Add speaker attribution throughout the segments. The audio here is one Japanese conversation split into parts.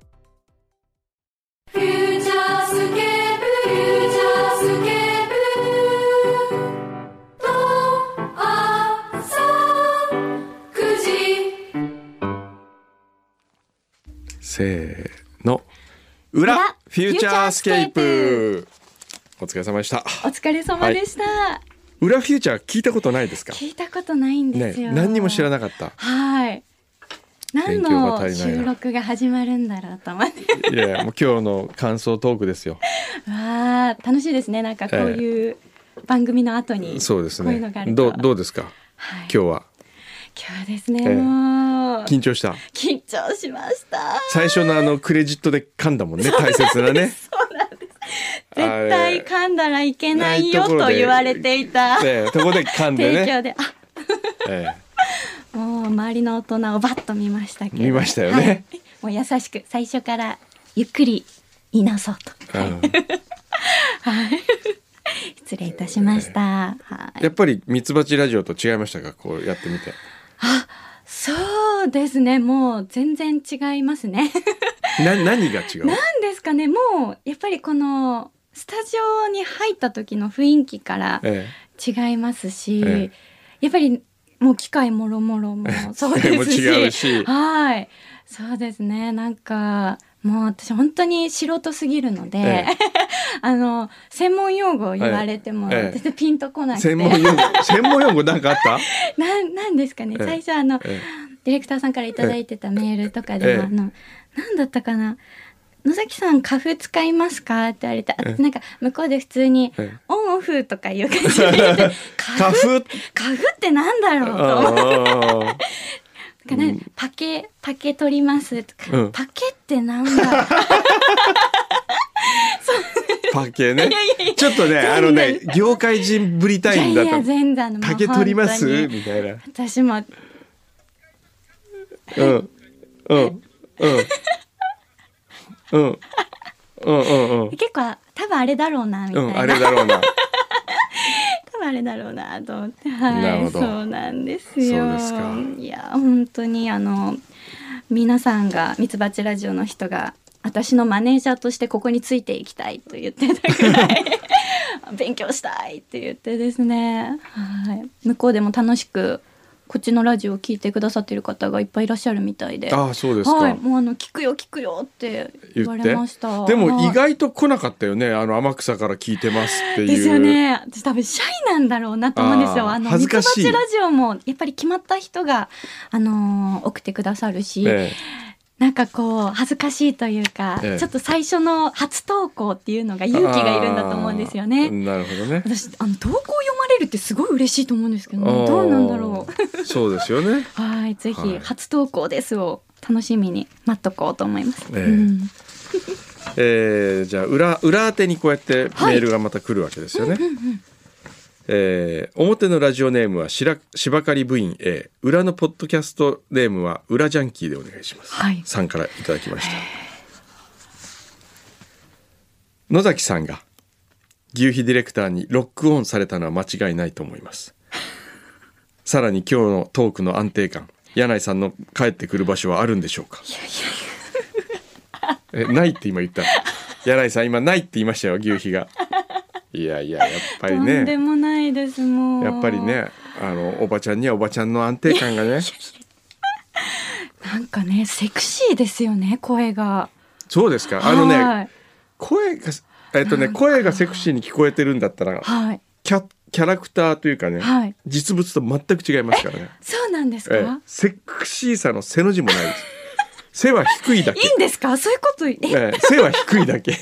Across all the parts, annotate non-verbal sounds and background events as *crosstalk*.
Speaker 1: フューチャースケープフューチャースケープル」「とあさ9時
Speaker 2: せーの裏
Speaker 3: 裏
Speaker 2: フューチャースケー
Speaker 3: フュ
Speaker 2: プお疲れ様でした
Speaker 3: お疲れ様でした、
Speaker 2: 裏フューチャー聞いたことないですか
Speaker 3: 聞いたことないん
Speaker 2: ね
Speaker 3: ですよ、
Speaker 2: 何にも知ら
Speaker 3: ない
Speaker 2: なかった
Speaker 3: はい何
Speaker 2: 勉強が
Speaker 3: の
Speaker 2: 足りないな
Speaker 3: 収録が始まるんだろうと思って
Speaker 2: *laughs* いやいやもう今日の感想トークですよ
Speaker 3: わあ楽しいですねなんかこういう番組の後に、
Speaker 2: そうです
Speaker 3: こういうの
Speaker 2: ね
Speaker 3: があると
Speaker 2: どうどうですか
Speaker 3: はい、
Speaker 2: 今日は
Speaker 3: 今日はですね、
Speaker 2: ええ
Speaker 3: もう
Speaker 2: 緊張した
Speaker 3: 緊張しました
Speaker 2: 最初のあのクレジットで噛んだもんね大切なね
Speaker 3: 絶対噛んだらいけないよ
Speaker 2: ないところ
Speaker 3: と
Speaker 2: で
Speaker 3: 言われていた
Speaker 2: ええとこで噛んで
Speaker 3: 提
Speaker 2: ね
Speaker 3: 供であ
Speaker 2: え
Speaker 3: もう周りの大人をバッと見ましたけど
Speaker 2: 見ましたよね
Speaker 3: はいもう優しく最初からゆっくり言い直そうと
Speaker 2: えうん
Speaker 3: 失礼いたしました。はい。
Speaker 2: やっぱりミツバチラジオと違いましたかこうやってみて
Speaker 3: そうですね。もう全然違いま
Speaker 2: *laughs*
Speaker 3: すね。
Speaker 2: な何が違う
Speaker 3: なんですかね。もうやっぱりこのスタジオに入った時の雰囲気から
Speaker 2: え
Speaker 3: 違いますし、
Speaker 2: え
Speaker 3: やっぱりもう機械もろもろもそう
Speaker 2: えもう *laughs*
Speaker 3: ですし、
Speaker 2: 違うし
Speaker 3: はい。そうですね。なんかもう私本当に素人すぎるので、
Speaker 2: え
Speaker 3: *laughs* あの専門用語を言われても
Speaker 2: ええええ
Speaker 3: 全然ピンとこなくて、
Speaker 2: 専門用語専門用語なんかあった
Speaker 3: *laughs* なんなんですかね。
Speaker 2: ええ
Speaker 3: 最初あの、
Speaker 2: え
Speaker 3: ディレクターさんからいただいてたメールとかでも、
Speaker 2: ええ
Speaker 3: あの何だったかな「野崎さんカフ使いますか?」って言われて、あ
Speaker 2: ええ
Speaker 3: なんか向こうで普通に
Speaker 2: ええ
Speaker 3: 「オンオフ」とかいう感じで
Speaker 2: *laughs*
Speaker 3: 言って「カ
Speaker 2: カ
Speaker 3: フ
Speaker 2: フ
Speaker 3: カフってなんだろう?」と思っ
Speaker 2: あ
Speaker 3: てなんかねパケパケ取ります」とか、
Speaker 2: うん
Speaker 3: パケってなんだろう?
Speaker 2: ーパケねちょっとねあのね業界人ぶり」た
Speaker 3: いや
Speaker 2: いん
Speaker 3: い
Speaker 2: だ
Speaker 3: や
Speaker 2: と
Speaker 3: 全然あのもう
Speaker 2: 竹取ります
Speaker 3: 本当に
Speaker 2: みたいな
Speaker 3: 私も
Speaker 2: うんうんうんうんうんうんうん
Speaker 3: 結構多分あれだろうなみ
Speaker 2: う
Speaker 3: たい
Speaker 2: ん
Speaker 3: な、
Speaker 2: あれだろうな
Speaker 3: 多分あれだろうなと思って、はい、
Speaker 2: なるほど
Speaker 3: そうなんですよ。
Speaker 2: そうですか
Speaker 3: いや本当にあの皆さんがミツバチラジオの人が私のマネージャーとしてここについていきたいと言ってたくら
Speaker 2: *laughs*
Speaker 3: い勉強したいって言ってですね、はい、向こうでも楽しくこっちのラジオを聞いてくださってる方がいっぱいいらっしゃるみたいで。
Speaker 2: ああそうです
Speaker 3: はい、
Speaker 2: か
Speaker 3: もうあの聞くよ聞くよって言わ
Speaker 2: 言っ
Speaker 3: れ
Speaker 2: て
Speaker 3: ました。
Speaker 2: で
Speaker 3: は
Speaker 2: も
Speaker 3: い
Speaker 2: 意外と来なかったよねあの天草から聞いてますって
Speaker 3: ですよ
Speaker 2: いう
Speaker 3: ね。私多分シャイなんだろうなと思うんですよ。
Speaker 2: あー
Speaker 3: あの
Speaker 2: 恥
Speaker 3: ミ
Speaker 2: ず
Speaker 3: ツ
Speaker 2: か
Speaker 3: バ
Speaker 2: しい
Speaker 3: チラジオもやっぱり決まった人があのー送ってくださるし、
Speaker 2: え
Speaker 3: なんかこう恥ずかしいというか、
Speaker 2: ええ
Speaker 3: ちょっと最初の初投稿っていうのが勇気がいるんだと思うんですよね
Speaker 2: あ。ーなるほどね
Speaker 3: 私あの投稿読まれるってすごい嬉しいと思うんですけど、ね、 *laughs* どうなんだろう。
Speaker 2: うそうですよね
Speaker 3: はい、ぜひ、
Speaker 2: はい
Speaker 3: 初投稿ですを楽しみに待っとこうと思います。
Speaker 2: ええ
Speaker 3: うん
Speaker 2: えー、じゃあ裏裏宛てにこうやってメールがまた来るわけですよね。えー表のラジオネームはしら芝刈り部員 A 裏のポッドキャストネームは裏ジャンキーでお願いします、
Speaker 3: はい
Speaker 2: さんからいただきました野崎さんが牛皮ディレクターにロックオンされたのは間違いないと思いますさらに今日のトークの安定感柳井さんの帰ってくる場所はあるんでしょうかえないって今言った柳井さん今ないって言いましたよ牛皮がいやいややっぱり
Speaker 3: とんで
Speaker 2: ね
Speaker 3: もないですもう。
Speaker 2: やっぱりねあのおばちゃんにはおばちゃんの安定感がね
Speaker 3: なんかねセクシーですよね声が。
Speaker 2: そうですかあの
Speaker 3: は
Speaker 2: ね
Speaker 3: い
Speaker 2: 声がえっとね声がセクシーに聞こえてるんだったら
Speaker 3: はい
Speaker 2: キャキャラクターというかね、
Speaker 3: はい
Speaker 2: 実物と全く違いますからね、
Speaker 3: そうなんですか。
Speaker 2: ええセクシーさの背の字もないです背は低いだけ
Speaker 3: いいんですか。そういうこと。え、い *laughs*
Speaker 2: ええ背は低いだけ
Speaker 3: や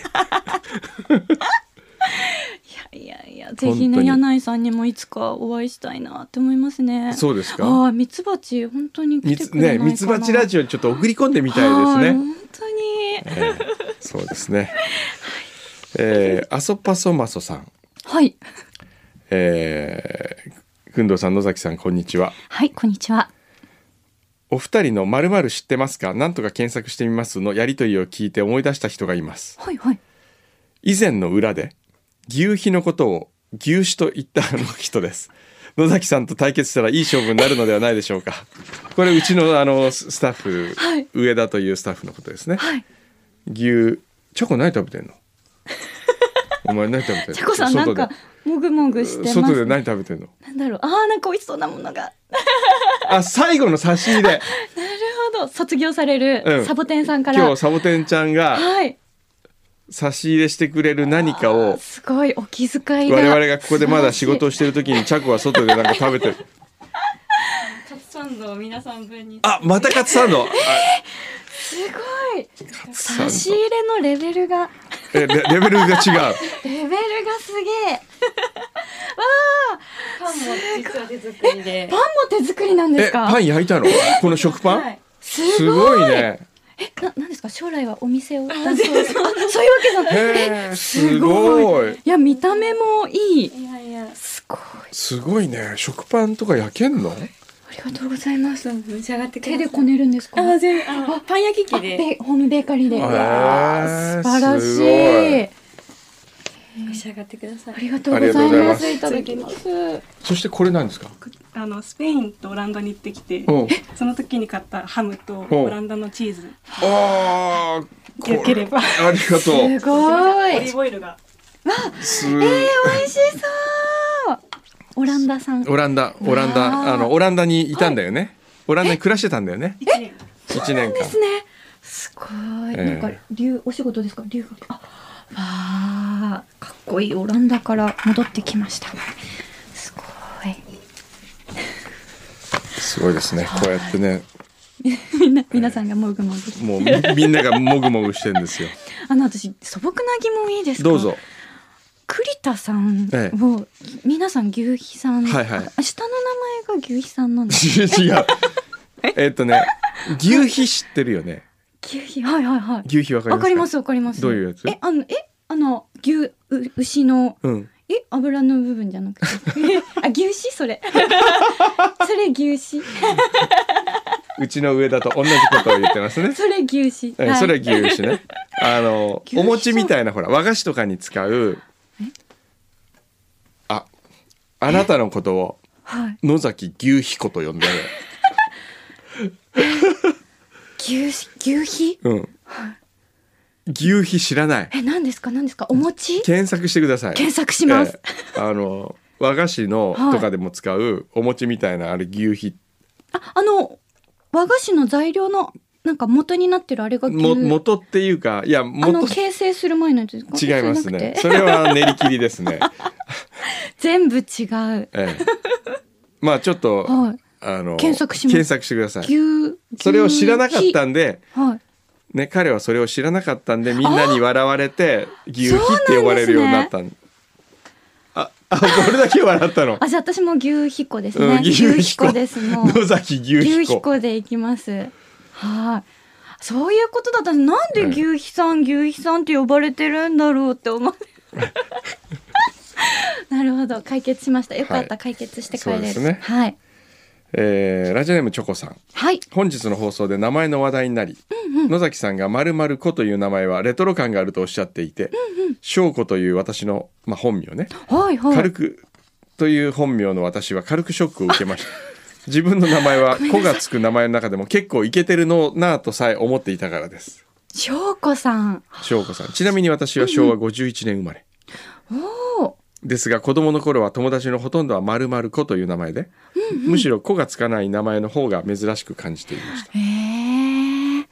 Speaker 3: いやいや、ぜひ
Speaker 2: 本当
Speaker 3: ね
Speaker 2: に
Speaker 3: 柳井さんにもいつかお会いしたいなって思いますね。
Speaker 2: そうですか
Speaker 3: ああミツバチ本当に来
Speaker 2: み
Speaker 3: て
Speaker 2: つ
Speaker 3: くれな
Speaker 2: ね
Speaker 3: いかな。
Speaker 2: ミツバチラジオにちょっと送り込んでみたい
Speaker 3: は
Speaker 2: で
Speaker 3: い
Speaker 2: すね。
Speaker 3: 本当に。
Speaker 2: ええそうです
Speaker 3: *laughs*
Speaker 2: ね。えー、アソパソマソさん、
Speaker 3: はい
Speaker 2: えー、くんどうさん野崎さんこんにちは。
Speaker 3: はいこんにちは。
Speaker 2: お二人のまるまる知ってますか？なんとか検索してみますのやりとりを聞いて思い出した人がいます。
Speaker 3: はいはい。
Speaker 2: 以前の裏で牛皮のことを牛皮と言ったあの人です。野崎さんと対決したらいい勝負になるのではないでしょうか。これうちのあのススタッフ、
Speaker 3: はい
Speaker 2: 上田というスタッフのことですね。
Speaker 3: はい
Speaker 2: 牛チョコ何食べて
Speaker 3: *laughs*
Speaker 2: んの？お前何食べてんの？
Speaker 3: チャコさんなんか
Speaker 2: 外で
Speaker 3: もぐもぐしてます、
Speaker 2: 外で何食べてんの？
Speaker 3: なんだろうああなんか美味しそうなものが。なる
Speaker 2: あ最後の差し入れ。
Speaker 3: ほど卒業され
Speaker 2: うん
Speaker 3: るサボテンさんから。
Speaker 2: 今日サボテンちゃんが
Speaker 3: はい。
Speaker 2: 差し入れしてくれる何かを
Speaker 3: すごいお気遣いが。
Speaker 2: 我々がここでまだ仕事をしてる時にチャコは外でなんか食べてる。
Speaker 3: カツサンドを皆さん分に。
Speaker 2: あまたカツサンド。あ
Speaker 3: すごい。
Speaker 2: カツサン
Speaker 3: 差
Speaker 2: ド
Speaker 3: し入れのレベルが
Speaker 2: えレレベルが違う。
Speaker 3: レベルがすげ
Speaker 4: *laughs*
Speaker 3: え。わ
Speaker 4: パンも実は手作りで
Speaker 3: あ、パンも手作り *laughs* なんで
Speaker 2: え
Speaker 3: すか。
Speaker 2: パン焼いたの？この食パン？
Speaker 4: はい
Speaker 3: す
Speaker 2: す
Speaker 3: ごい。
Speaker 2: ごいね。
Speaker 3: ななんですか将来はお店を出そうですか。あそういうわけじゃない。
Speaker 2: へえすごい。
Speaker 3: いや見た目もいい。
Speaker 4: いやいや
Speaker 3: すごい。
Speaker 2: すごいね。食パンとか焼けんの？
Speaker 3: ありがとうございます。
Speaker 4: 召し上がってくださ
Speaker 3: 手で
Speaker 4: い
Speaker 3: こねるんですか。
Speaker 4: あ全部あのパン焼き
Speaker 3: あ
Speaker 4: 器で
Speaker 3: べホームベーカリーで。
Speaker 2: へえ
Speaker 3: うわあ素晴ら
Speaker 2: すごい
Speaker 3: しい。
Speaker 4: 召し上がってくださ
Speaker 3: あ
Speaker 4: い
Speaker 3: りがとうございます。
Speaker 2: あ
Speaker 3: い
Speaker 4: りが
Speaker 3: た
Speaker 4: と
Speaker 3: だ
Speaker 4: うござ
Speaker 3: き
Speaker 4: い
Speaker 3: ま。
Speaker 4: ます
Speaker 2: そしてこれなんですか？
Speaker 5: あのスペインとオランダに行ってきて
Speaker 2: うん。
Speaker 5: その時に買ったハムと
Speaker 2: お
Speaker 5: オランダのチーズ
Speaker 2: ああ。これ
Speaker 5: よければ
Speaker 2: ありがとう。
Speaker 3: すご
Speaker 5: オ
Speaker 3: い
Speaker 5: リ。ーブオイルが
Speaker 2: す
Speaker 3: 美味しそう。オランダさん。
Speaker 2: オランダ、オラン
Speaker 3: わ
Speaker 2: ダ、
Speaker 3: あ
Speaker 2: あのオランダにいたんだよね。オランダに暮らしてたんだよね。
Speaker 5: 一年
Speaker 2: 一年間。
Speaker 3: ね。すごい。
Speaker 2: ええ
Speaker 3: なんか留お仕事ですか留学。あ、わあかっこいいオランダから戻ってきました。すごい。
Speaker 2: すごいですね。こうやってね、
Speaker 3: みんな皆さんがもぐもぐ。
Speaker 2: もうみみんながもぐもぐしてんですよ。
Speaker 3: あの私素朴な疑問いいですか。
Speaker 2: どうぞ。
Speaker 3: 栗田さんを、
Speaker 2: ええ
Speaker 3: 皆さん牛皮さん、
Speaker 2: はいはい
Speaker 3: あ下の名前が牛皮さんなんです
Speaker 2: *laughs* 違う。えっとね、牛皮知ってるよね。
Speaker 3: 牛皮はいはいはい
Speaker 2: 牛皮わかりますか。
Speaker 3: わかりますわかります
Speaker 2: どういうやつ
Speaker 3: えあのえあの牛う牛の
Speaker 2: うん。
Speaker 3: え油の部分じゃなくて
Speaker 2: *laughs*
Speaker 3: あ牛脂それそれ牛脂
Speaker 2: うちの上だと同じことを言って
Speaker 3: *laughs*
Speaker 2: ますね。
Speaker 3: それ牛脂、
Speaker 2: えそれは牛脂ね。あ
Speaker 3: *laughs*
Speaker 2: の
Speaker 3: 牛
Speaker 2: お
Speaker 3: 脂
Speaker 2: 餅みたいなほら和菓子とかに使う。あ、あなたのことを
Speaker 3: はい
Speaker 2: 野崎牛彦と呼んで
Speaker 3: 牛脂牛皮
Speaker 2: る。うん。牛皮知らない。
Speaker 3: え何ですか何ですかお餅
Speaker 2: 検索してください。
Speaker 3: 検索します、
Speaker 2: ええ。あの和菓子の
Speaker 3: はい
Speaker 2: とかでも使うお餅みたいなあれ牛皮。
Speaker 3: ああの和菓子の材料のなんか元になってるあれが牛
Speaker 2: も元っていうかいや
Speaker 3: あの
Speaker 2: 元
Speaker 3: 形成する前のやつですか
Speaker 2: 違いま
Speaker 3: そ
Speaker 2: す
Speaker 3: うじゃなく
Speaker 2: ね。
Speaker 3: て
Speaker 2: それは練り切りですね。 *laughs*
Speaker 3: 全部違う
Speaker 2: ええ。まあちょっと。
Speaker 3: はい
Speaker 2: あの
Speaker 3: 検索します
Speaker 2: 検索してください。
Speaker 3: 牛
Speaker 2: それを知らなかっ
Speaker 3: 牛
Speaker 2: たんで、
Speaker 3: 皮はい
Speaker 2: ね、彼はそれを知らなかったんでみんなに笑われて牛皮って呼ばれるようになったんああこれだけ笑ったの、
Speaker 3: あじゃあ私も牛彦です
Speaker 2: う
Speaker 3: ね
Speaker 2: ん
Speaker 3: 牛彦です
Speaker 2: *laughs*
Speaker 3: もう
Speaker 2: 野崎牛
Speaker 3: 牛
Speaker 2: 彦
Speaker 3: 彦でいきます。はい。そういうことだったんですなんで牛肥さん、牛肥さんって呼ばれてるんだろうっ
Speaker 2: *laughs*
Speaker 3: て思う。なるほど、解決しました。よかった、
Speaker 2: はい
Speaker 3: 解決して帰れ
Speaker 2: そう
Speaker 3: る。
Speaker 2: ですね
Speaker 3: はい。
Speaker 2: えーラジオネームチョコさん
Speaker 3: はい。
Speaker 2: 本日の放送で名前の話題になり、野崎さんが「まる子」という名前はレトロ感があるとおっしゃっていて翔子、という私の、まあ、本名ね
Speaker 3: はい、はい。
Speaker 2: 軽くという本名の私は軽くショックを受け *laughs* ました自分の名前は「子」がつく名前の中でも結構イケてるのなぁとさえ思っていたからです
Speaker 3: 翔子さん。
Speaker 2: 翔子さんちなみに私は昭和51年生まれ、
Speaker 3: おお。
Speaker 2: ですが子供の頃は友達のほとんどは「まる子」という名前で、むしろ「子」がつかない名前の方が珍しく感じていました
Speaker 3: ええ。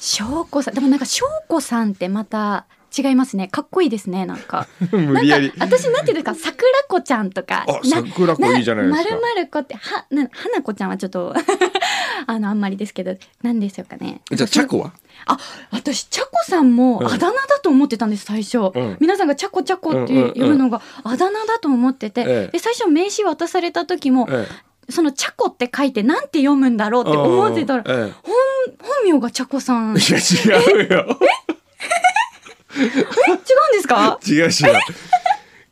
Speaker 3: 翔子さん、でもなんか翔子さんってまた違いますね。かっこいいですね、なんか。
Speaker 2: *laughs* 無
Speaker 3: な
Speaker 2: 理や
Speaker 3: ん
Speaker 2: り
Speaker 3: か私なんていうんですか桜子ちゃんとか
Speaker 2: あ桜子いいじゃないですか
Speaker 3: まるまる子ってはな花子ちゃんはちょっと *laughs* あのあんまりですけどなんでしょうかね
Speaker 2: じゃあチャコは
Speaker 3: あ私チャコさんも
Speaker 2: うん
Speaker 3: あだ名だとと思ってたんです最初、
Speaker 2: うん
Speaker 3: 皆さんが「ちゃこちゃこ」っていう呼ぶのがあだ名だと思ってて、
Speaker 2: ええ
Speaker 3: で最初名刺渡された時も、
Speaker 2: え
Speaker 3: その「ちゃこ」って書いてなんて読むんだろうって思ってたら、
Speaker 2: え
Speaker 3: 本本名がちゃこさん
Speaker 2: *laughs*
Speaker 3: え違うんで
Speaker 2: え、いや違うよ *laughs*
Speaker 3: すか
Speaker 2: 違う違う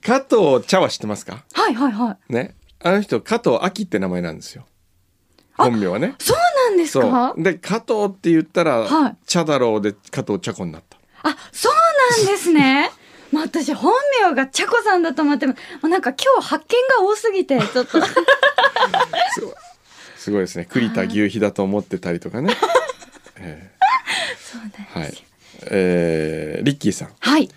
Speaker 2: 加藤茶は知ってますか
Speaker 3: はいはいはい
Speaker 2: ねあの人加藤秋って名前なんですよ本名はね
Speaker 3: そうなんですか
Speaker 2: そうで加藤って言ったら、
Speaker 3: はい
Speaker 2: 茶だろうで加藤茶子になった
Speaker 3: あそうなんですね *laughs* まあ私本名がちゃこさんだと思ってもうなんか今日発見が多すぎてち
Speaker 2: *laughs*
Speaker 3: ょっと
Speaker 2: すごいすごいですね栗田牛皮だと思ってたりと
Speaker 3: *laughs*
Speaker 2: かね、え
Speaker 3: そうなんです
Speaker 2: えはいえー、リッキーさん
Speaker 3: はい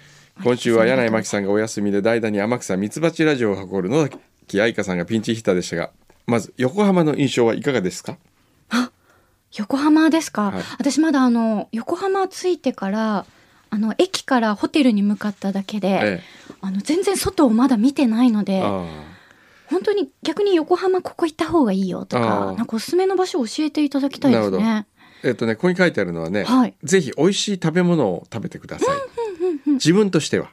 Speaker 2: 今週は柳井真紀さんがお休みで代打に天草ミツバチラジオを運る野崎愛香さんがピンチヒッターでしたがまず横浜の印象はいかがですか
Speaker 3: 横浜ですか、
Speaker 2: はい
Speaker 3: 私まだあの横浜着いてからあの駅からホテルに向かっただけで、
Speaker 2: え
Speaker 3: あの全然外をまだ見てないの
Speaker 2: え
Speaker 3: で
Speaker 2: あ
Speaker 3: 本当に逆に横浜ここ行った方がいいよと
Speaker 2: あ
Speaker 3: か
Speaker 2: ー
Speaker 3: なんかおすすめの場所教えていただきたいです
Speaker 2: な
Speaker 3: ね。
Speaker 2: ーえっとねここに書いてあるのはね、
Speaker 3: はい
Speaker 2: ぜひ美味しい食べ物を食べてください自分としては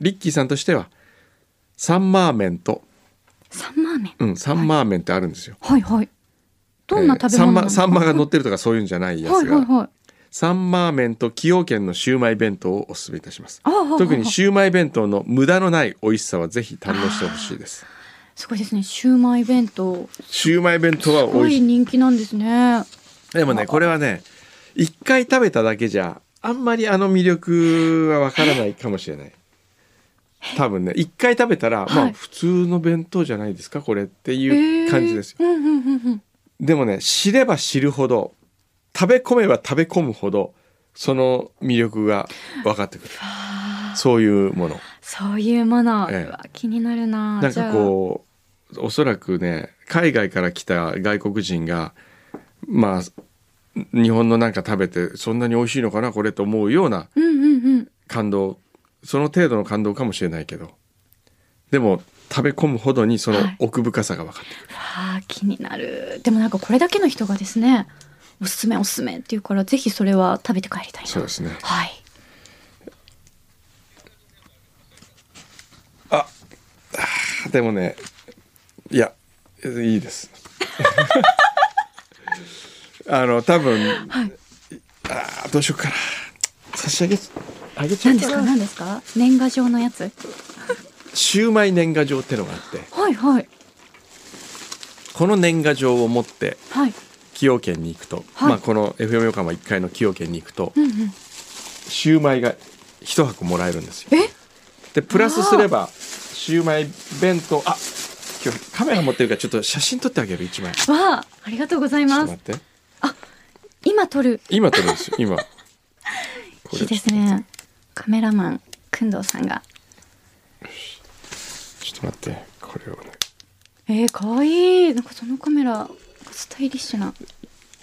Speaker 2: リッキーさんとしてはサンマーメンと、
Speaker 3: サンマーメン、
Speaker 2: うん、サンマーメンってあるんですよ、
Speaker 3: はいはいどんな食べ
Speaker 2: えー
Speaker 3: 物なの
Speaker 2: サンマサンマが乗ってるとかそういうんじゃないやつが、
Speaker 3: はいはいはい
Speaker 2: サンマーメンと崎陽軒のシウマイ弁当をおすすめいたします
Speaker 3: ああああ
Speaker 2: 特にシウマイ弁当の無駄のない美味しさはぜひ堪能してほしいです
Speaker 3: すごいですねシューマイ弁当
Speaker 2: シウマイ弁当は
Speaker 3: す
Speaker 2: 美
Speaker 3: ご
Speaker 2: 味
Speaker 3: い
Speaker 2: し
Speaker 3: 人気なんですね
Speaker 2: い *laughs* でもね *laughs* これはね一回食べただけじゃあんまりあの魅力はわからないかもしれない多分ね一回食べたら、ま
Speaker 3: は
Speaker 2: あ
Speaker 3: い
Speaker 2: 普通の弁当じゃないですかこれっていう感じですよ
Speaker 3: えーうんうんうんうん
Speaker 2: でもね知れば知るほど食べ込めば食べ込むほどその魅力が分かってくるそういうもの
Speaker 3: そういうもの、
Speaker 2: ええ
Speaker 3: うわ気になるな
Speaker 2: なん
Speaker 3: じゃ
Speaker 2: か
Speaker 3: あ
Speaker 2: こうおそらくね海外から来た外国人がまあ日本のなんか食べてそんなに美味しいのかなこれと思うような
Speaker 3: うんうんうん
Speaker 2: 感動その程度の感動かもしれないけどでも食べ込むほどにその奥深さが分かってくる、
Speaker 3: あー気になるでもなんかこれだけの人がですねおすすめおすすめっていうからぜひそれは食べて帰りたいな
Speaker 2: そうですね
Speaker 3: はい
Speaker 2: でもねいやいいです
Speaker 3: *laughs*
Speaker 2: あの多分、あーどうしようかな差し上げあげちゃお
Speaker 3: 何
Speaker 2: う
Speaker 3: です
Speaker 2: か
Speaker 3: か
Speaker 2: な
Speaker 3: 何ですか年賀状のやつ
Speaker 2: シューマイ年賀状ってのがあって
Speaker 3: はいはい
Speaker 2: この年賀状を持って
Speaker 3: はい
Speaker 2: 崎陽軒に行くと、
Speaker 3: はい
Speaker 2: まあこの FM 横浜1階の崎陽軒に行くと
Speaker 3: うんうん
Speaker 2: シューマイが1箱もらえるんですよ
Speaker 3: え
Speaker 2: でプラスすればシューマイ弁当あ今日カメラ持ってるからちょっと写真撮ってあげる1枚ち
Speaker 3: わあありがとうござい
Speaker 2: ょっと
Speaker 3: ま
Speaker 2: 待
Speaker 3: す
Speaker 2: って
Speaker 3: 今撮る
Speaker 2: 今撮るんですよ
Speaker 3: *laughs*
Speaker 2: 今これ
Speaker 3: いいですねカメラマンくんどうさんが
Speaker 2: ちょっと待って、これをね。
Speaker 3: えー、かわいいなんかそのカメラスタイリッシュな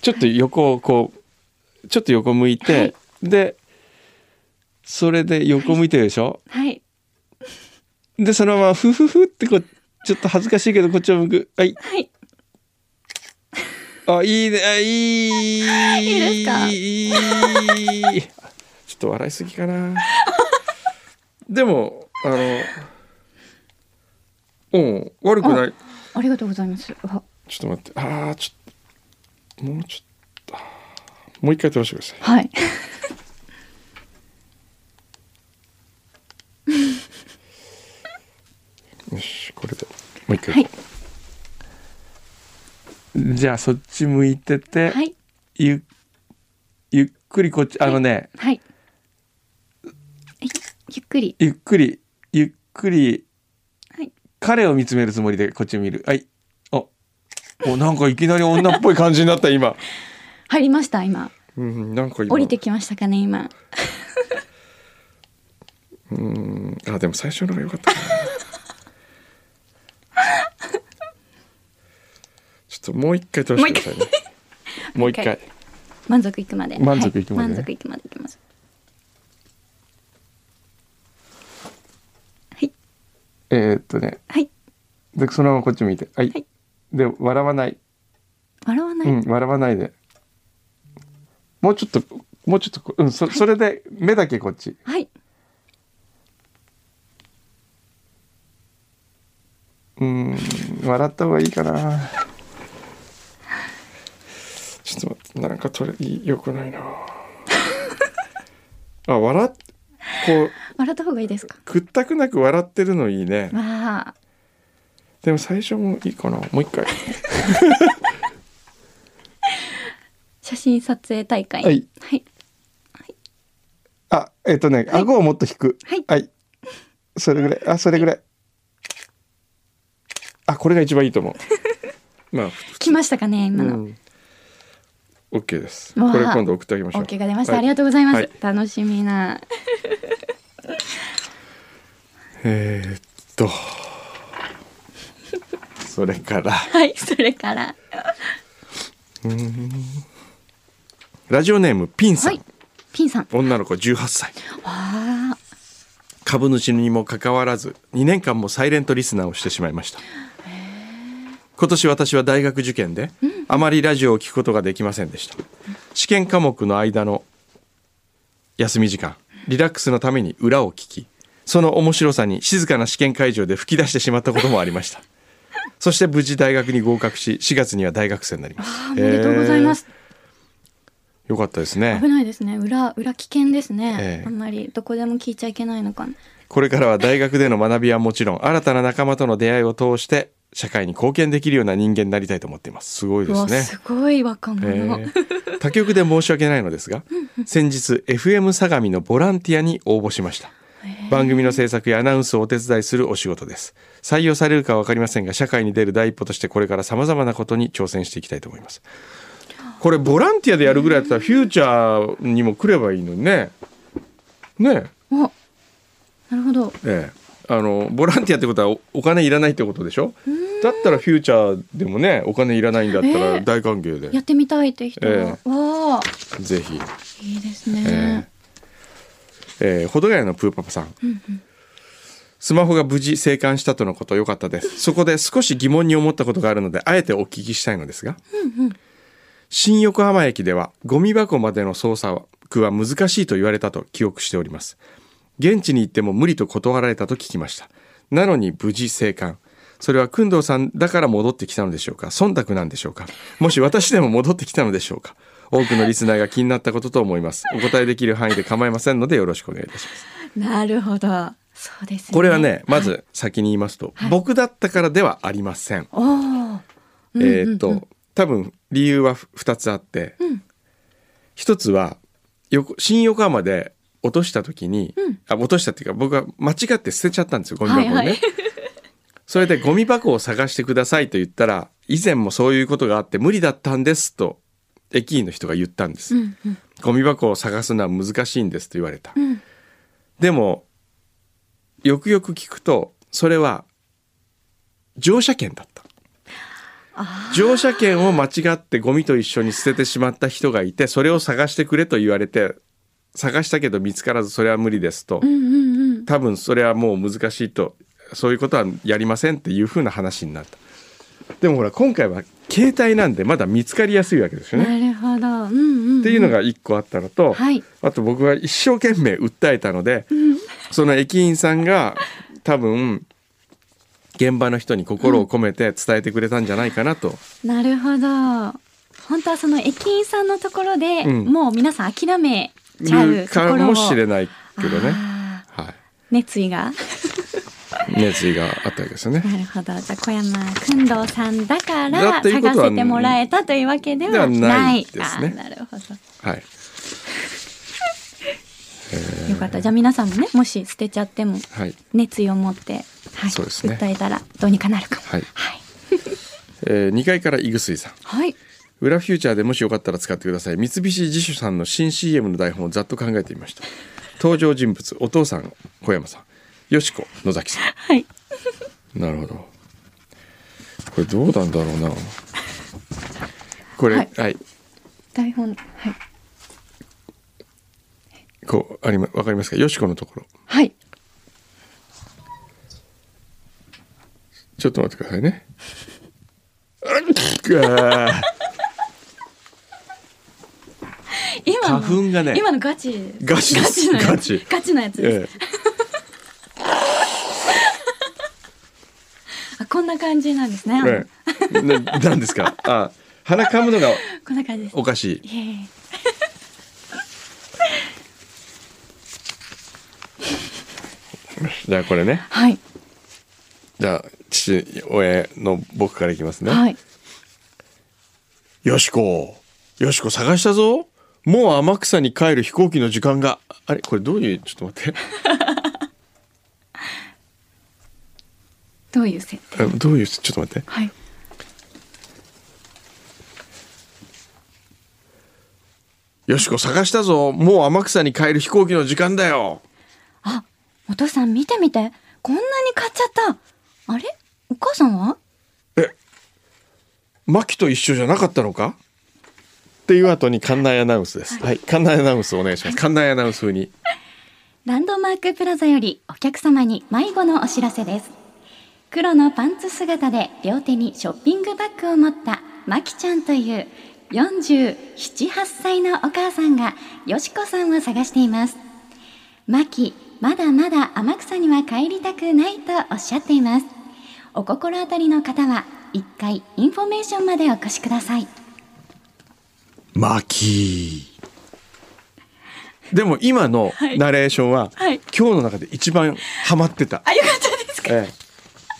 Speaker 2: ちょっと横をこう、ちょっと横向いて、で、それで横向いてるでしょ、
Speaker 3: はい
Speaker 2: で、そのままフフフってこう、ちょっと恥ずかしいけどこっちを向く。はい。
Speaker 3: はい
Speaker 2: あ、いいね、あいい。
Speaker 3: *laughs* いいですか
Speaker 2: いいちょっと笑いすぎかな。でも、あの、うん、悪くない。
Speaker 3: ありがとうございますうわ
Speaker 2: ちょっと待って、ああ、ちょっと、もうちょっと、あーもう一回撮らせてください。
Speaker 3: はい
Speaker 2: よしこれでもう一回、
Speaker 3: はい
Speaker 2: じゃあそっち向いてて、
Speaker 3: はい
Speaker 2: ゆゆっくりこっちあのね
Speaker 3: はいえゆっくり
Speaker 2: ゆっくりゆっくり、
Speaker 3: はい
Speaker 2: 彼を見つめるつもりでこっちを見るはいおおなんかいきなり女っぽい感じになった今
Speaker 3: 入りました今
Speaker 2: *laughs* うんなんか今
Speaker 3: 降りてきましたかね今
Speaker 2: うんあでも最初の方が良かったか *laughs* なちょっともう一回撮らせてくださいねもう一回
Speaker 3: 満足いくまで
Speaker 2: 満足いくまでね
Speaker 3: はい、満足いくまでいきます
Speaker 2: えーっとね
Speaker 3: はい
Speaker 2: でそのままこっち向いてはい、
Speaker 3: はい
Speaker 2: で笑わない
Speaker 3: 笑わない、
Speaker 2: うん、笑わないで。もうちょっと、もうちょっとこ、うん、そ、それで、目だけこっち。
Speaker 3: はい
Speaker 2: うん笑った方がいいかなちょっと待ってなんか取れよ
Speaker 6: *laughs*
Speaker 2: くないなあ笑っこう
Speaker 3: 笑った方がいいですか
Speaker 2: 屈託なく笑ってるのいいね
Speaker 3: わあ
Speaker 2: でも最初もいいかなもう一回
Speaker 3: 写真撮影大会
Speaker 6: はい
Speaker 3: はい、
Speaker 6: *laughs* あ、えっ、とね、顎をもっと引く。
Speaker 3: はい
Speaker 6: それぐらい。あ、それぐらい。
Speaker 2: あこれが一番いいと思
Speaker 6: *laughs*
Speaker 2: うまあ
Speaker 3: 来ましたかね今の、
Speaker 2: うん、OK です
Speaker 3: わあ
Speaker 2: これ今度送ってあげましょう
Speaker 3: OK が出ました、あり
Speaker 2: がと
Speaker 3: がとうございます、
Speaker 2: はい
Speaker 3: 楽しみな
Speaker 2: うえーっと *laughs* それから
Speaker 3: *laughs* はいそれから
Speaker 2: ラジオネームピンさん、
Speaker 3: はいピンさん
Speaker 2: 女の子18歳
Speaker 3: あ
Speaker 2: 株主にもかかわらず2年間もサイレントリスナーをしてしまいました今年私は大学受験であまりラジオを聞くことができませんでした試験科目の間の休み時間リラックスのために裏を聞きその面白さに静かな試験会場で吹き出してしまったこともありました
Speaker 3: *laughs*
Speaker 2: そして無事大学に合格し4月には大学生になります
Speaker 3: ーおめでとうございます、
Speaker 2: えーよかったですね
Speaker 3: 危ないですね裏裏危険ですね、
Speaker 2: ええ
Speaker 3: あんまりどこでも聞いちゃいけないのかな
Speaker 2: これからは大学での学びはもちろん新たな仲間との出会いを通して社会に貢献できるような人間になりたいと思っていますすごいです
Speaker 3: わ
Speaker 2: ね
Speaker 3: すごい若者、
Speaker 2: えー他局で申し訳ないのですが先日 FM 相模のボランティアに応募しました番組の制作やアナウンスをお手伝いするお仕事です採用されるかは分かりませんが社会に出る第一歩としてこれからさまざまなことに挑戦していきたいと思いますこれボランティアでやるぐらいだったらフューチャーにも来ればいいのにねねえ
Speaker 3: おなるほど
Speaker 2: ええ、あのボランティアってことはおお金いらないってことでしょだったらフューチャーでもねお金いらないんだった
Speaker 3: え
Speaker 2: ら
Speaker 3: え
Speaker 2: 大歓迎で、
Speaker 3: やってみたいって人は、
Speaker 2: え
Speaker 3: わあ
Speaker 2: ぜひ、
Speaker 3: いいです
Speaker 2: え
Speaker 3: ね、
Speaker 2: えええほどがやのプーパパさん、スマホが無事生還したとのことよかったですそこで少し疑問に思ったことがあるのであえてお聞きしたいのですが、新横浜駅ではゴミ箱までの捜索は難しいと言われたと記憶しております現地に行っても無理と断られたと聞きましたなのに無事生還それは工藤さんだから戻ってきたのでしょうか忖度なんでしょうかもし私でも戻ってきたのでしょうか多くのリスナーが気になったことと思いますお答えできる範囲で構いませんのでよろしくお願いいたします
Speaker 3: なるほどそうですね
Speaker 2: これはねまず先に言いますと、僕だったからではありません
Speaker 3: おー
Speaker 2: えーっと多分理由はふ2つあって、1つは横新横浜で落とした時に、あ落としたっていうか僕は間違って捨てちゃったんですよゴミ箱をね。
Speaker 3: はいはい
Speaker 2: *laughs* それでゴミ箱を探してくださいと言ったら以前もそういうことがあって無理だったんですと駅員の人が言ったんです、
Speaker 3: うんうん
Speaker 2: ゴミ箱を探すのは難しいんですと言われた、
Speaker 3: ん
Speaker 2: でもよくよく聞くとそれは乗車券だった乗車券を間違ってゴミと一緒に捨ててしまった人がいてそれを探してくれと言われて探したけど見つからずそれは無理ですと、
Speaker 3: うんうんうん
Speaker 2: 多分それはもう難しいとそういうことはやりませんっていう風な話になったでもほら今回は携帯なんでまだ見つかりやすいわけですよね、
Speaker 3: なるほど、うんうんうん、
Speaker 2: っていうのが一個あったのと、
Speaker 3: はい
Speaker 2: あと僕は一生懸命訴えたので、その駅員さんが多分現場の人に心を込めて伝えてくれたんじゃないかなと、
Speaker 3: なるほど本当はその駅員さんのところで、
Speaker 2: うん
Speaker 3: もう皆さん諦めちゃ
Speaker 2: いうう
Speaker 3: とこ
Speaker 2: か
Speaker 3: ろを
Speaker 2: もしれないけどね、
Speaker 3: あー
Speaker 2: は
Speaker 3: 熱意が
Speaker 2: い、熱意があったわけですよね。
Speaker 3: なるほどじゃあ小山君堂さんだから
Speaker 2: だっていうこ
Speaker 3: 探
Speaker 2: とは
Speaker 3: せてもらえたというわけで
Speaker 2: では
Speaker 3: はない
Speaker 2: ないですね
Speaker 3: あーなるほど
Speaker 2: はい
Speaker 3: よかったじゃあ皆さんもねもし捨てちゃっても
Speaker 2: はい
Speaker 3: 熱意を持って、はい
Speaker 2: そうですね
Speaker 3: 訴えたらどうにかなるかも
Speaker 2: はい
Speaker 3: はい、
Speaker 2: え2階からイグスイさん
Speaker 3: はい
Speaker 2: 裏フューチャーでもしよかったら使ってください三菱自主さんの新 CM の台本をざっと考えてみました登場人物お父さん小山さんよしこ野崎さん
Speaker 3: はい
Speaker 2: なるほどこれどうなんだろうなこれは
Speaker 3: はいい、台本はい
Speaker 2: こうありまわかりますかよしこのところ
Speaker 3: はい
Speaker 2: ちょっと待ってくださいねうっあ
Speaker 3: 今の
Speaker 2: 花粉がね
Speaker 3: 今のガチ
Speaker 2: ガチです
Speaker 3: ガチのや
Speaker 2: ガ
Speaker 3: つ
Speaker 2: チ
Speaker 3: ガチのやつ
Speaker 2: ー
Speaker 3: です、
Speaker 2: ええ
Speaker 3: あこんな感じなんですね。
Speaker 2: ね、ななんですか。あ、鼻噛むのが
Speaker 3: こんな感じです。
Speaker 2: おかしい。
Speaker 3: いえいえ
Speaker 2: じゃあこれね。
Speaker 3: はい。
Speaker 2: じゃあ父親の僕からいきますね。
Speaker 3: はい。
Speaker 2: よしこ、よしこ探したぞ。もう天草に帰る飛行機の時間が。あれこれどういうちょっと待って。
Speaker 3: どういう設定。
Speaker 2: あどういうちょっと待って。
Speaker 3: はい。
Speaker 2: よしこ探したぞ。もう天草に帰る飛行機の時間だよ。
Speaker 3: あ、お父さん見て見て。こんなに買っちゃった。あれお母さんは
Speaker 2: マキと一緒じゃなかったのか。っていう後に館内アナウンスです。はい、館内アナウンスお願いします。館内アナウンス風に。
Speaker 3: ランドマークプラザよりお客様に迷子のお知らせです。黒のパンツ姿で両手にショッピングバッグを持ったまきちゃんという47、8歳のお母さんがよしこさんを探しています。まき、まだまだ天草には帰りたくないとおっしゃっています。お心当たりの方は1回インフォメーションまでお越しください。
Speaker 2: マキー。でも今のナレーションは、
Speaker 3: はい
Speaker 2: 今日の中で一番ハマってた。
Speaker 3: あ、よかったです
Speaker 2: え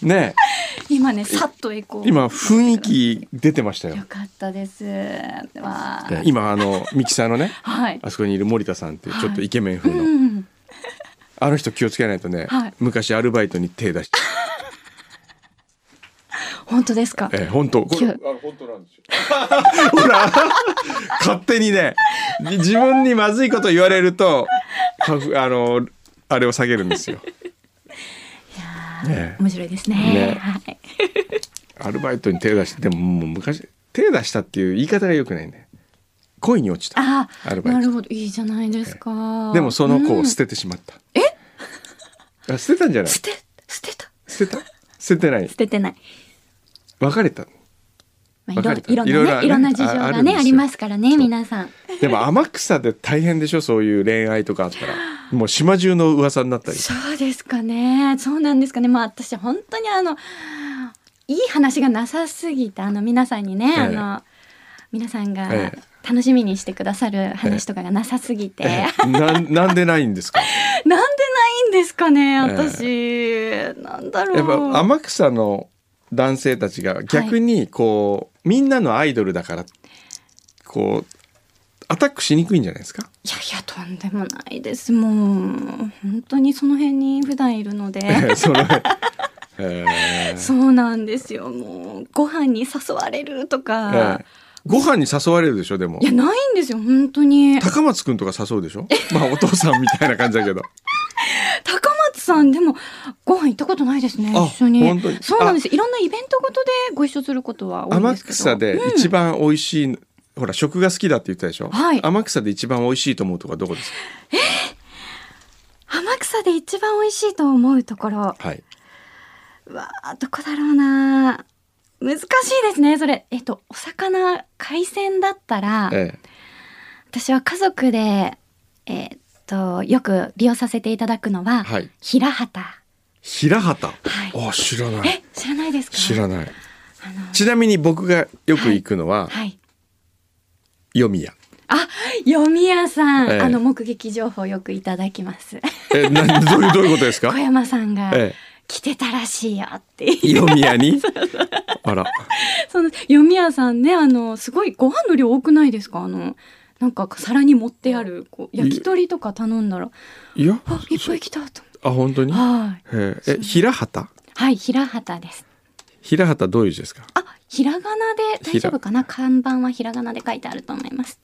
Speaker 2: えね
Speaker 3: 今ね、さっとエコ
Speaker 2: え、今雰囲気出てましたよ
Speaker 3: よ。かったです。わ
Speaker 2: ええ今あのミキサーのね、
Speaker 3: はい。
Speaker 2: あそこにいる森田さんっていうちょっとイケメン風の、
Speaker 3: うん。
Speaker 2: あの人気をつけないとね、
Speaker 3: はい
Speaker 2: 昔アルバイトに手出して、
Speaker 3: 本当ですか。
Speaker 2: ええ、本当こ
Speaker 3: 急
Speaker 2: れあ本当なんですよ。ほら、勝手にね、自分にまずいこと言われると、パフあのあれを下げるんですよ。ええ
Speaker 3: 面白いですね。
Speaker 2: ね
Speaker 3: はい。
Speaker 2: アルバイトに手出してでももう昔手出したっていう言い方が良くないね恋に落ちた
Speaker 3: あ
Speaker 2: アル
Speaker 3: あ、
Speaker 2: バ
Speaker 3: な
Speaker 2: イ
Speaker 3: るほど、いいじゃないですか
Speaker 2: ト。でもその子を捨
Speaker 3: て、
Speaker 2: ててしまった、え捨てたんじゃない
Speaker 3: 捨て、捨てた。
Speaker 2: 捨てた捨ててない
Speaker 3: 捨ててない。
Speaker 2: 別れた
Speaker 3: ま
Speaker 2: わ
Speaker 3: あ、いろ
Speaker 2: かれた
Speaker 3: いろんなね、い
Speaker 2: いろい
Speaker 3: ろ
Speaker 2: ろね
Speaker 3: んな事情
Speaker 2: ああ
Speaker 3: が
Speaker 2: るんで
Speaker 3: ね
Speaker 2: す
Speaker 3: あ
Speaker 2: よ
Speaker 3: りますからね、
Speaker 2: う
Speaker 3: 皆さん。
Speaker 2: でも天草で大変でしょそういう恋愛とかあったらもう島中の噂になったり
Speaker 3: そうですかね。そうなんですかね。まあ、私、本当に、あの。いい話がなさすぎて、あの、皆さんにね、
Speaker 2: ええ
Speaker 3: あの。皆さんが
Speaker 2: ええ
Speaker 3: 楽しみにしてくださる話とかがなさすぎて。
Speaker 2: ええ *laughs* なんなんでないんですか
Speaker 3: *laughs* なんでないんですかね、私。なんだろう。
Speaker 2: やっぱ天草の男性たちが逆にこう、みんなのアイドルだからこうアタックしにくいんじゃないですか *laughs*
Speaker 3: いやいやとんでもないですもう本当にその辺に普段いるので
Speaker 2: *laughs* そ
Speaker 3: *laughs*
Speaker 2: の、えー
Speaker 3: そうなんですよもうご飯に誘われるとか、
Speaker 2: えーご飯に誘われるでしょでも
Speaker 3: いやないんですよ本当に
Speaker 2: 高松くんとか誘うでしょ *laughs* まあお父さんみたいな感じ
Speaker 3: *laughs*
Speaker 2: だけど
Speaker 3: 高松さんでもご飯行ったことないですね
Speaker 2: あ
Speaker 3: 一緒に
Speaker 2: 本当に
Speaker 3: そうなんですいろんなイベントごとでご一緒することは多いん
Speaker 2: 天
Speaker 3: ですけど
Speaker 2: 草で一番美味しい、ほら食が好きだって言ったでしょ、
Speaker 3: はい
Speaker 2: 天草で一番美味しいと思うとこはどこです
Speaker 3: 天草で一番美味しいと思うところ
Speaker 2: かはい、
Speaker 3: わあどこだろうな難しいですねそれえっとお魚海鮮だったら、
Speaker 2: え
Speaker 3: 私は家族で、えーっとよく利用させていただくの
Speaker 2: え
Speaker 3: は、
Speaker 2: はい
Speaker 3: 平畑。は
Speaker 2: 平畑
Speaker 3: い。
Speaker 2: あ知らない
Speaker 3: え知らないですか。
Speaker 2: 知らない
Speaker 3: あの
Speaker 2: ちなみに僕がよく行くのは
Speaker 3: はい。
Speaker 2: 読み屋
Speaker 3: 読み屋さん、
Speaker 2: ええ
Speaker 3: あの目撃情報よくいただきます。
Speaker 2: えなどういうどういうことですか
Speaker 3: 小山さんが
Speaker 2: え
Speaker 3: 来てたらしいよって *laughs* いう。
Speaker 2: え読み屋にあら
Speaker 3: その読み屋さんねあのすごいご飯の量多くないですかあのなんか皿に盛ってあるこう焼き鳥とか頼んだら
Speaker 2: いや
Speaker 3: あいっぱい来たと思
Speaker 2: あ本当に
Speaker 3: って。はい。
Speaker 2: えええ平畑
Speaker 3: はい平畑です。
Speaker 2: 平畑どういう字ですか
Speaker 3: あ、ひらがなで大丈夫かな看板はひらがなで書いてあると思います。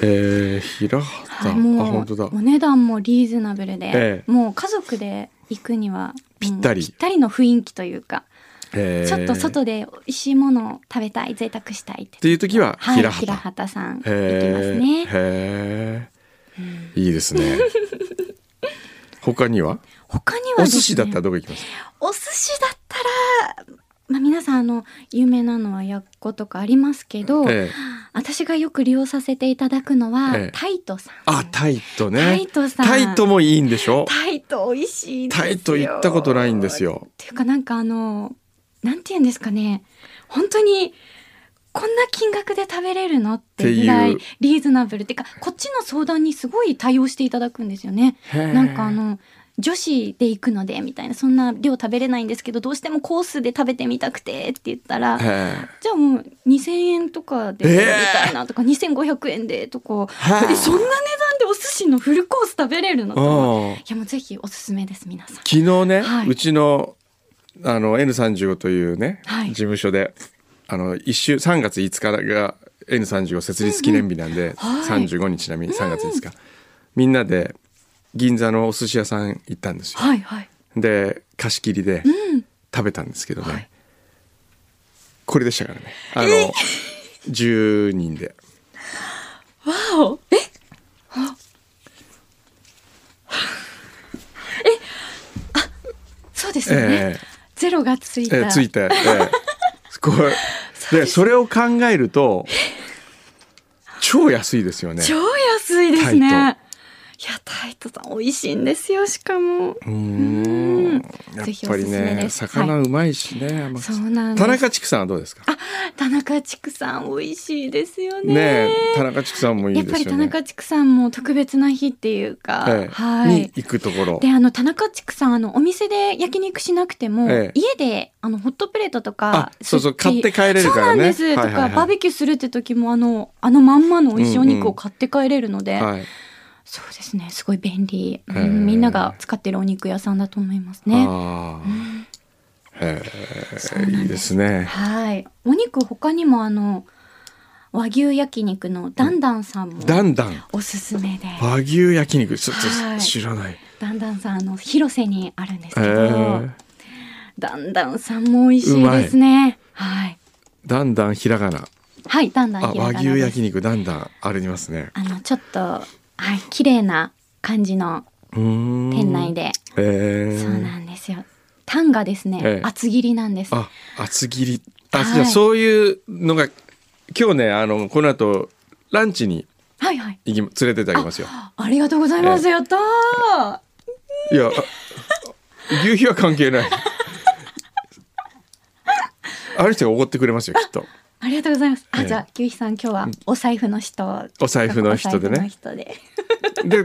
Speaker 2: へえ平
Speaker 3: は
Speaker 2: 畑
Speaker 3: い、
Speaker 2: あ
Speaker 3: も
Speaker 2: 本当だ
Speaker 3: うお値段もリーズナブルで、
Speaker 2: ええ
Speaker 3: もう家族で行くには
Speaker 2: ぴったり
Speaker 3: うんぴったりの雰囲気というか、
Speaker 2: へえ
Speaker 3: ちょっと外で美味しいものを食べたい、贅沢したいっ。
Speaker 2: ってていう時は
Speaker 3: はい、
Speaker 2: 平
Speaker 3: 平
Speaker 2: 畑、
Speaker 3: 畑さん行きます
Speaker 2: へえ、
Speaker 3: ね。
Speaker 2: へえいいですね他には
Speaker 3: 他には
Speaker 2: お
Speaker 3: です
Speaker 2: 寿
Speaker 3: ね、
Speaker 2: 司だったらどこ行きます
Speaker 3: お寿司だったら、まあ皆さんあの有名なのはやっことかありますけど、
Speaker 2: ええ
Speaker 3: 私がよく利用させていただくのは、
Speaker 2: ええ
Speaker 3: タイトさん。
Speaker 2: あタイトね
Speaker 3: タイトさん。
Speaker 2: タイトもいいんでしょ
Speaker 3: タイト美味しいですよ
Speaker 2: タイト行ったことないんですよ
Speaker 3: っていうかなんかあのなんて言うんですかね本当にこんな金額で食べれるのっ
Speaker 2: って
Speaker 3: て
Speaker 2: いう
Speaker 3: ぐらいリーズナブルっていうかこっちの相談にすごい対応していただくんですよね。なんかあの女子で行くのでみたいなそんな量食べれないんですけどどうしてもコースで食べてみたくてって言ったら
Speaker 2: へえ
Speaker 3: じゃあもう2,000円とかで
Speaker 2: え
Speaker 3: み
Speaker 2: ー
Speaker 3: たいなとか、2,500円でとか、
Speaker 2: はあ
Speaker 3: えそんな値段でお寿司のフルコース食べれるのと思って
Speaker 2: うん
Speaker 3: いやもうぜひおすすめです皆さん。
Speaker 2: 昨日ね、
Speaker 3: はいう
Speaker 2: ちのあの N35 というね、
Speaker 3: はい
Speaker 2: 事務所であの一週3月5日が N35 設立記念日なんで、
Speaker 3: うんうんはい
Speaker 2: 35日ちなみに3月5日、みんなで銀座のお寿司屋さん行ったんですよ。
Speaker 3: はいはい。
Speaker 2: で貸し切りで
Speaker 3: うん。
Speaker 2: 食べたんですけどね、
Speaker 3: はい
Speaker 2: これでしたからねあの、10人で
Speaker 3: わおえ *gasps* あえあそうですよね、
Speaker 2: ええ
Speaker 3: ゼロがついた、
Speaker 2: えーついて、えーこれでそれを考えると超安いですよね
Speaker 3: 超安いですねい
Speaker 2: タイ
Speaker 3: やタイトさん美味しいんですよしかも
Speaker 2: うーんやっ
Speaker 3: ぜひお
Speaker 2: ぱ
Speaker 3: す
Speaker 2: り
Speaker 3: すめ
Speaker 2: ね
Speaker 3: です
Speaker 2: 魚うまいしね、甘く
Speaker 3: そ
Speaker 2: て
Speaker 3: うなんです
Speaker 2: 田中畜さんはどうですか
Speaker 3: 田中畜さん美味しいですよね
Speaker 2: ねえ田中畜さんもい
Speaker 3: や
Speaker 2: い
Speaker 3: っ
Speaker 2: で
Speaker 3: ぱり
Speaker 2: す
Speaker 3: 田
Speaker 2: よね
Speaker 3: 中畜さんも特別な日っていうか、
Speaker 2: ええ
Speaker 3: はい
Speaker 2: に行くところ
Speaker 3: であの田中畜さんあのお店で焼肉しなくても、
Speaker 2: ええ
Speaker 3: 家であのホットプレートと
Speaker 2: あ
Speaker 3: か
Speaker 2: そうそう
Speaker 3: すき
Speaker 2: 買って帰れるからね
Speaker 3: そうなんです、
Speaker 2: はいはいはい
Speaker 3: とかバーベキューするって時もあのあのまんまの美味しいお肉を買って帰れるので、
Speaker 2: はい、
Speaker 3: そうですねすごい便利、うん
Speaker 2: へえ
Speaker 3: みんなが使ってるお肉屋さんだと思いますね
Speaker 2: ああ、へ
Speaker 3: そうなんで
Speaker 2: え
Speaker 3: す
Speaker 2: いいですね
Speaker 3: はいお肉他にもあの和牛焼肉のダンダンさんも
Speaker 2: だんだん
Speaker 3: おすすめで、
Speaker 2: 和牛焼肉ちょっ
Speaker 3: はい
Speaker 2: と知らない、
Speaker 3: ダンダンさんあの広瀬にあるんですけど、
Speaker 2: え
Speaker 3: ダンダンさんも美味しいですねはい
Speaker 2: だんだんひらがな
Speaker 3: はいダンダン
Speaker 2: あ
Speaker 3: ひら
Speaker 2: 和
Speaker 3: がなです
Speaker 2: 牛焼肉だんだんありますね
Speaker 3: あのちょっとはい綺麗な感じの
Speaker 2: うーん
Speaker 3: 店内で、
Speaker 2: ええ
Speaker 3: そうなんですよタンがですね、
Speaker 2: ええ
Speaker 3: 厚切りなんです
Speaker 2: あ、厚切り。あ、
Speaker 3: はい
Speaker 2: じゃあそういうのが今日ね、あのこの後ランチに
Speaker 3: はいはい
Speaker 2: 行き連れてってあげますよ。
Speaker 3: ありがとうございます、
Speaker 2: え
Speaker 3: やったー
Speaker 2: いや、あ牛皮は関係
Speaker 3: *laughs*
Speaker 2: ない。ある人がおごってくれますよ、きっと。
Speaker 3: ありがとうございますあ、
Speaker 2: ええ
Speaker 3: じゃあ牛肥さん今日はお財布の人
Speaker 2: お財布の人でね
Speaker 3: お財布の人で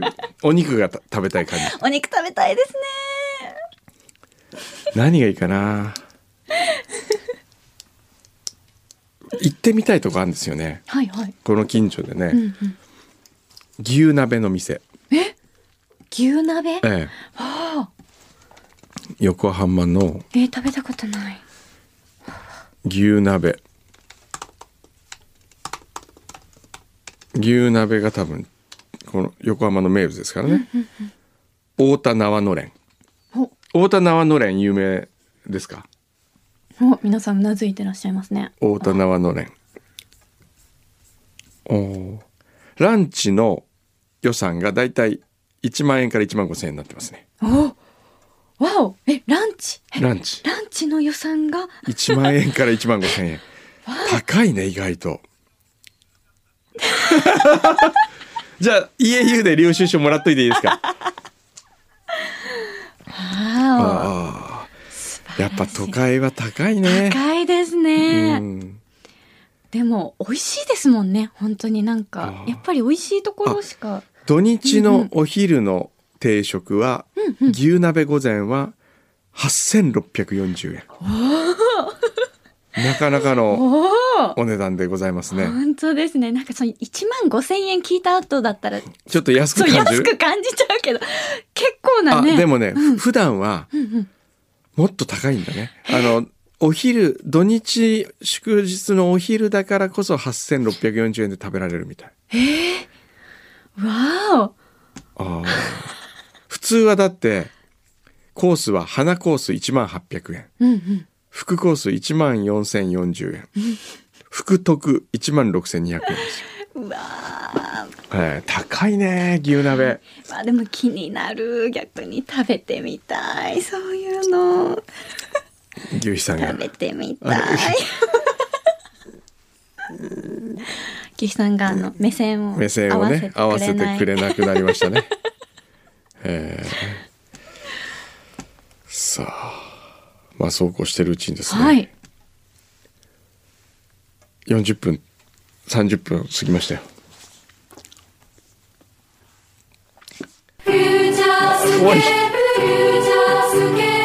Speaker 2: で、お肉がた食べたい感じ。
Speaker 3: お肉食べたいですね
Speaker 2: 何がいいかな。行ってみたいとこあるんですよね。
Speaker 3: はいはい、
Speaker 2: この近所でね、
Speaker 3: うんうん、
Speaker 2: 牛鍋の店。
Speaker 3: 牛鍋え
Speaker 2: ええ、横浜の
Speaker 3: ー食べたことない
Speaker 2: 牛鍋牛鍋が多分この横浜の名物ですからね太田縄のれん
Speaker 3: お
Speaker 2: 太田縄のれん有名ですか
Speaker 3: お皆さんうなずいてらっしゃいますね
Speaker 2: 太田縄のれんおーランチの予算がだいたい1万円から1万5千円になってますね
Speaker 3: おわおえランチえ
Speaker 2: ランチ
Speaker 3: ランチの予算が
Speaker 2: 1万円から1万5千円
Speaker 3: *laughs*
Speaker 2: 高いね意外と *laughs* じゃあ EAU で領収書もらっといていいですか
Speaker 3: あ
Speaker 2: ああやっぱ都会は高いね
Speaker 3: 高いです
Speaker 2: う
Speaker 3: ね、
Speaker 2: ん、
Speaker 3: でも美味しいですもんね本当になんか
Speaker 2: あー
Speaker 3: やっぱり美味しいところしか
Speaker 2: 土日のお昼の定食は、牛鍋御膳は8640円なかなかの
Speaker 3: おお
Speaker 2: お値段でございますね
Speaker 3: 本当ですねなんかその1万5千円聞いた後だったら
Speaker 2: ちょっと安
Speaker 3: そう
Speaker 2: く感じ
Speaker 3: 安
Speaker 2: る
Speaker 3: く感じちゃうけど結構な
Speaker 2: あ
Speaker 3: ね
Speaker 2: でもね、普段はもっと高いんだね。あのお昼土日祝日のお昼だからこそ8640円で食べられるみたい。
Speaker 3: わ
Speaker 2: あー普通はだってコースは花コース1万800円、
Speaker 3: おうんうん
Speaker 2: 副コース1万4040円、副特1万6200円ですよ。
Speaker 3: うわあ
Speaker 2: えー高いね牛鍋。
Speaker 3: まあでも気になる逆に食べてみたいそういうの
Speaker 2: 牛肥さんが
Speaker 3: 食べてみたい。岸さんがあの目線を
Speaker 2: 目線をね合わせてくれ
Speaker 3: ない
Speaker 2: なくなりました
Speaker 3: *laughs*
Speaker 2: ね。えーさあまあ走行してるうちにですね、
Speaker 3: はい。
Speaker 2: 40分30分過ぎましたよ
Speaker 1: フューチャースケープフューチャースケープ